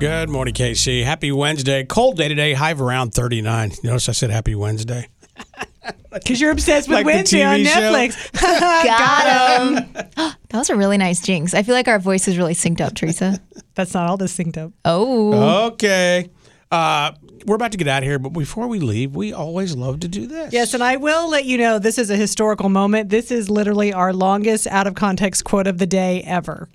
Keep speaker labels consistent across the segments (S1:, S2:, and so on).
S1: Good morning, KC. Happy Wednesday. Cold day today, high of around 39. You notice I said happy Wednesday.
S2: Because you're obsessed with
S1: Like the
S2: Wednesday on
S1: TV show.
S2: Netflix. Oh,
S3: Got him. that was a really nice jinx. I feel like our voices really synced up, Teresa.
S2: That's not all this synced up.
S3: Oh,
S1: Okay. Uh, we're about to get out of here, but before we leave, we always love to do this.
S2: Yes, and I will let you know this is a historical moment. This is literally our longest out of context quote of the day ever.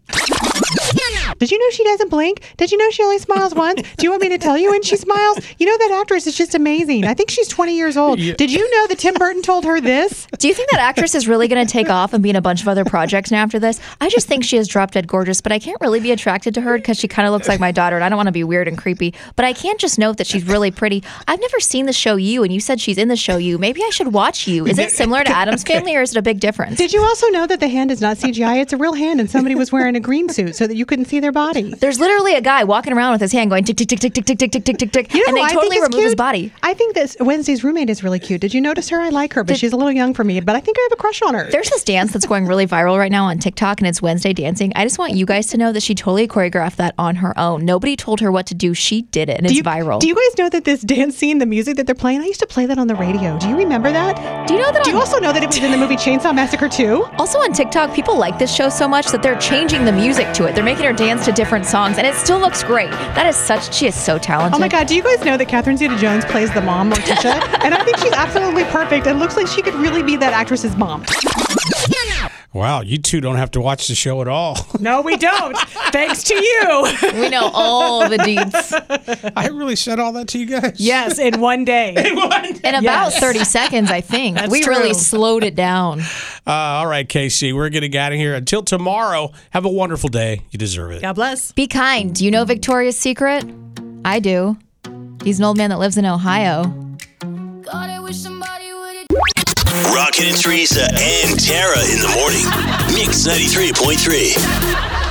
S2: Did you know she doesn't blink? Did you know she only smiles once? Do you want me to tell you when she smiles? You know that actress is just amazing. I think she's 20 years old. Did you know that Tim Burton told her this?
S3: do you think that actress is really going to take off and be in a bunch of other projects now after this? I just think she is drop dead gorgeous, but I can't really be attracted to her because she kind of looks like my daughter, and I don't want to be weird and creepy. But I can't just note that she's really pretty. I've never seen the show You, and you said she's in the show You. Maybe I should watch You. Is it similar to Adam's Family, or is it a big difference?
S2: Did you also know that the hand is not CGI? It's a real hand, and somebody was wearing a green suit so that you couldn't see their body.
S3: There's literally a guy walking around with his hand going tick tick tick tick tick tick tick tick tick tick tick,
S2: You know
S3: and they
S2: who I think
S3: totally
S2: is
S3: remove his
S2: cute?
S3: body.
S2: I think this Wednesday's roommate is really cute. Did you notice her? I like her, but she's a little young for me. But I think I have a crush on her.
S3: There's this dance that's going really viral right now on TikTok, and it's Wednesday dancing. I just want you guys to know that she totally choreographed that on her own. Nobody told her what to do. She did it, and it's
S2: you,
S3: viral.
S2: Do you guys know that this dance scene, the music that they're playing, I used to play that on the radio. Do you remember that?
S3: Do you know that?
S2: Do you
S3: on-
S2: also know that it was in the movie Chainsaw Massacre Oh 2?
S3: also on TikTok, people like this show so much that they're changing the music to it. They're making her dance to different songs, and it still looks great. That is such. She is so talented.
S2: Oh my God, do you guys know that Catherine Zeta Jones plays the mom, Morticia? and I think she's absolutely perfect and looks like she could really be that actress's mom.
S1: Wow, you two don't have to watch the show at all.
S2: No, we don't. Thanks to you.
S3: We know all the deeds
S1: I really said all that to you guys.
S2: Yes, in one day.
S3: in about
S2: Yes.
S3: 30 seconds, I think. we
S2: true.
S3: really slowed it down.
S1: Uh, all right, KC, we're getting out of here. Until tomorrow, have a wonderful day. You deserve it.
S2: God bless.
S3: Be kind. Do you know Victoria's Secret? I do. He's an old man that lives in Ohio.
S4: God, I wish somebody would've.
S5: Rocket and Teresa and Tara in the morning. Mix 93.3.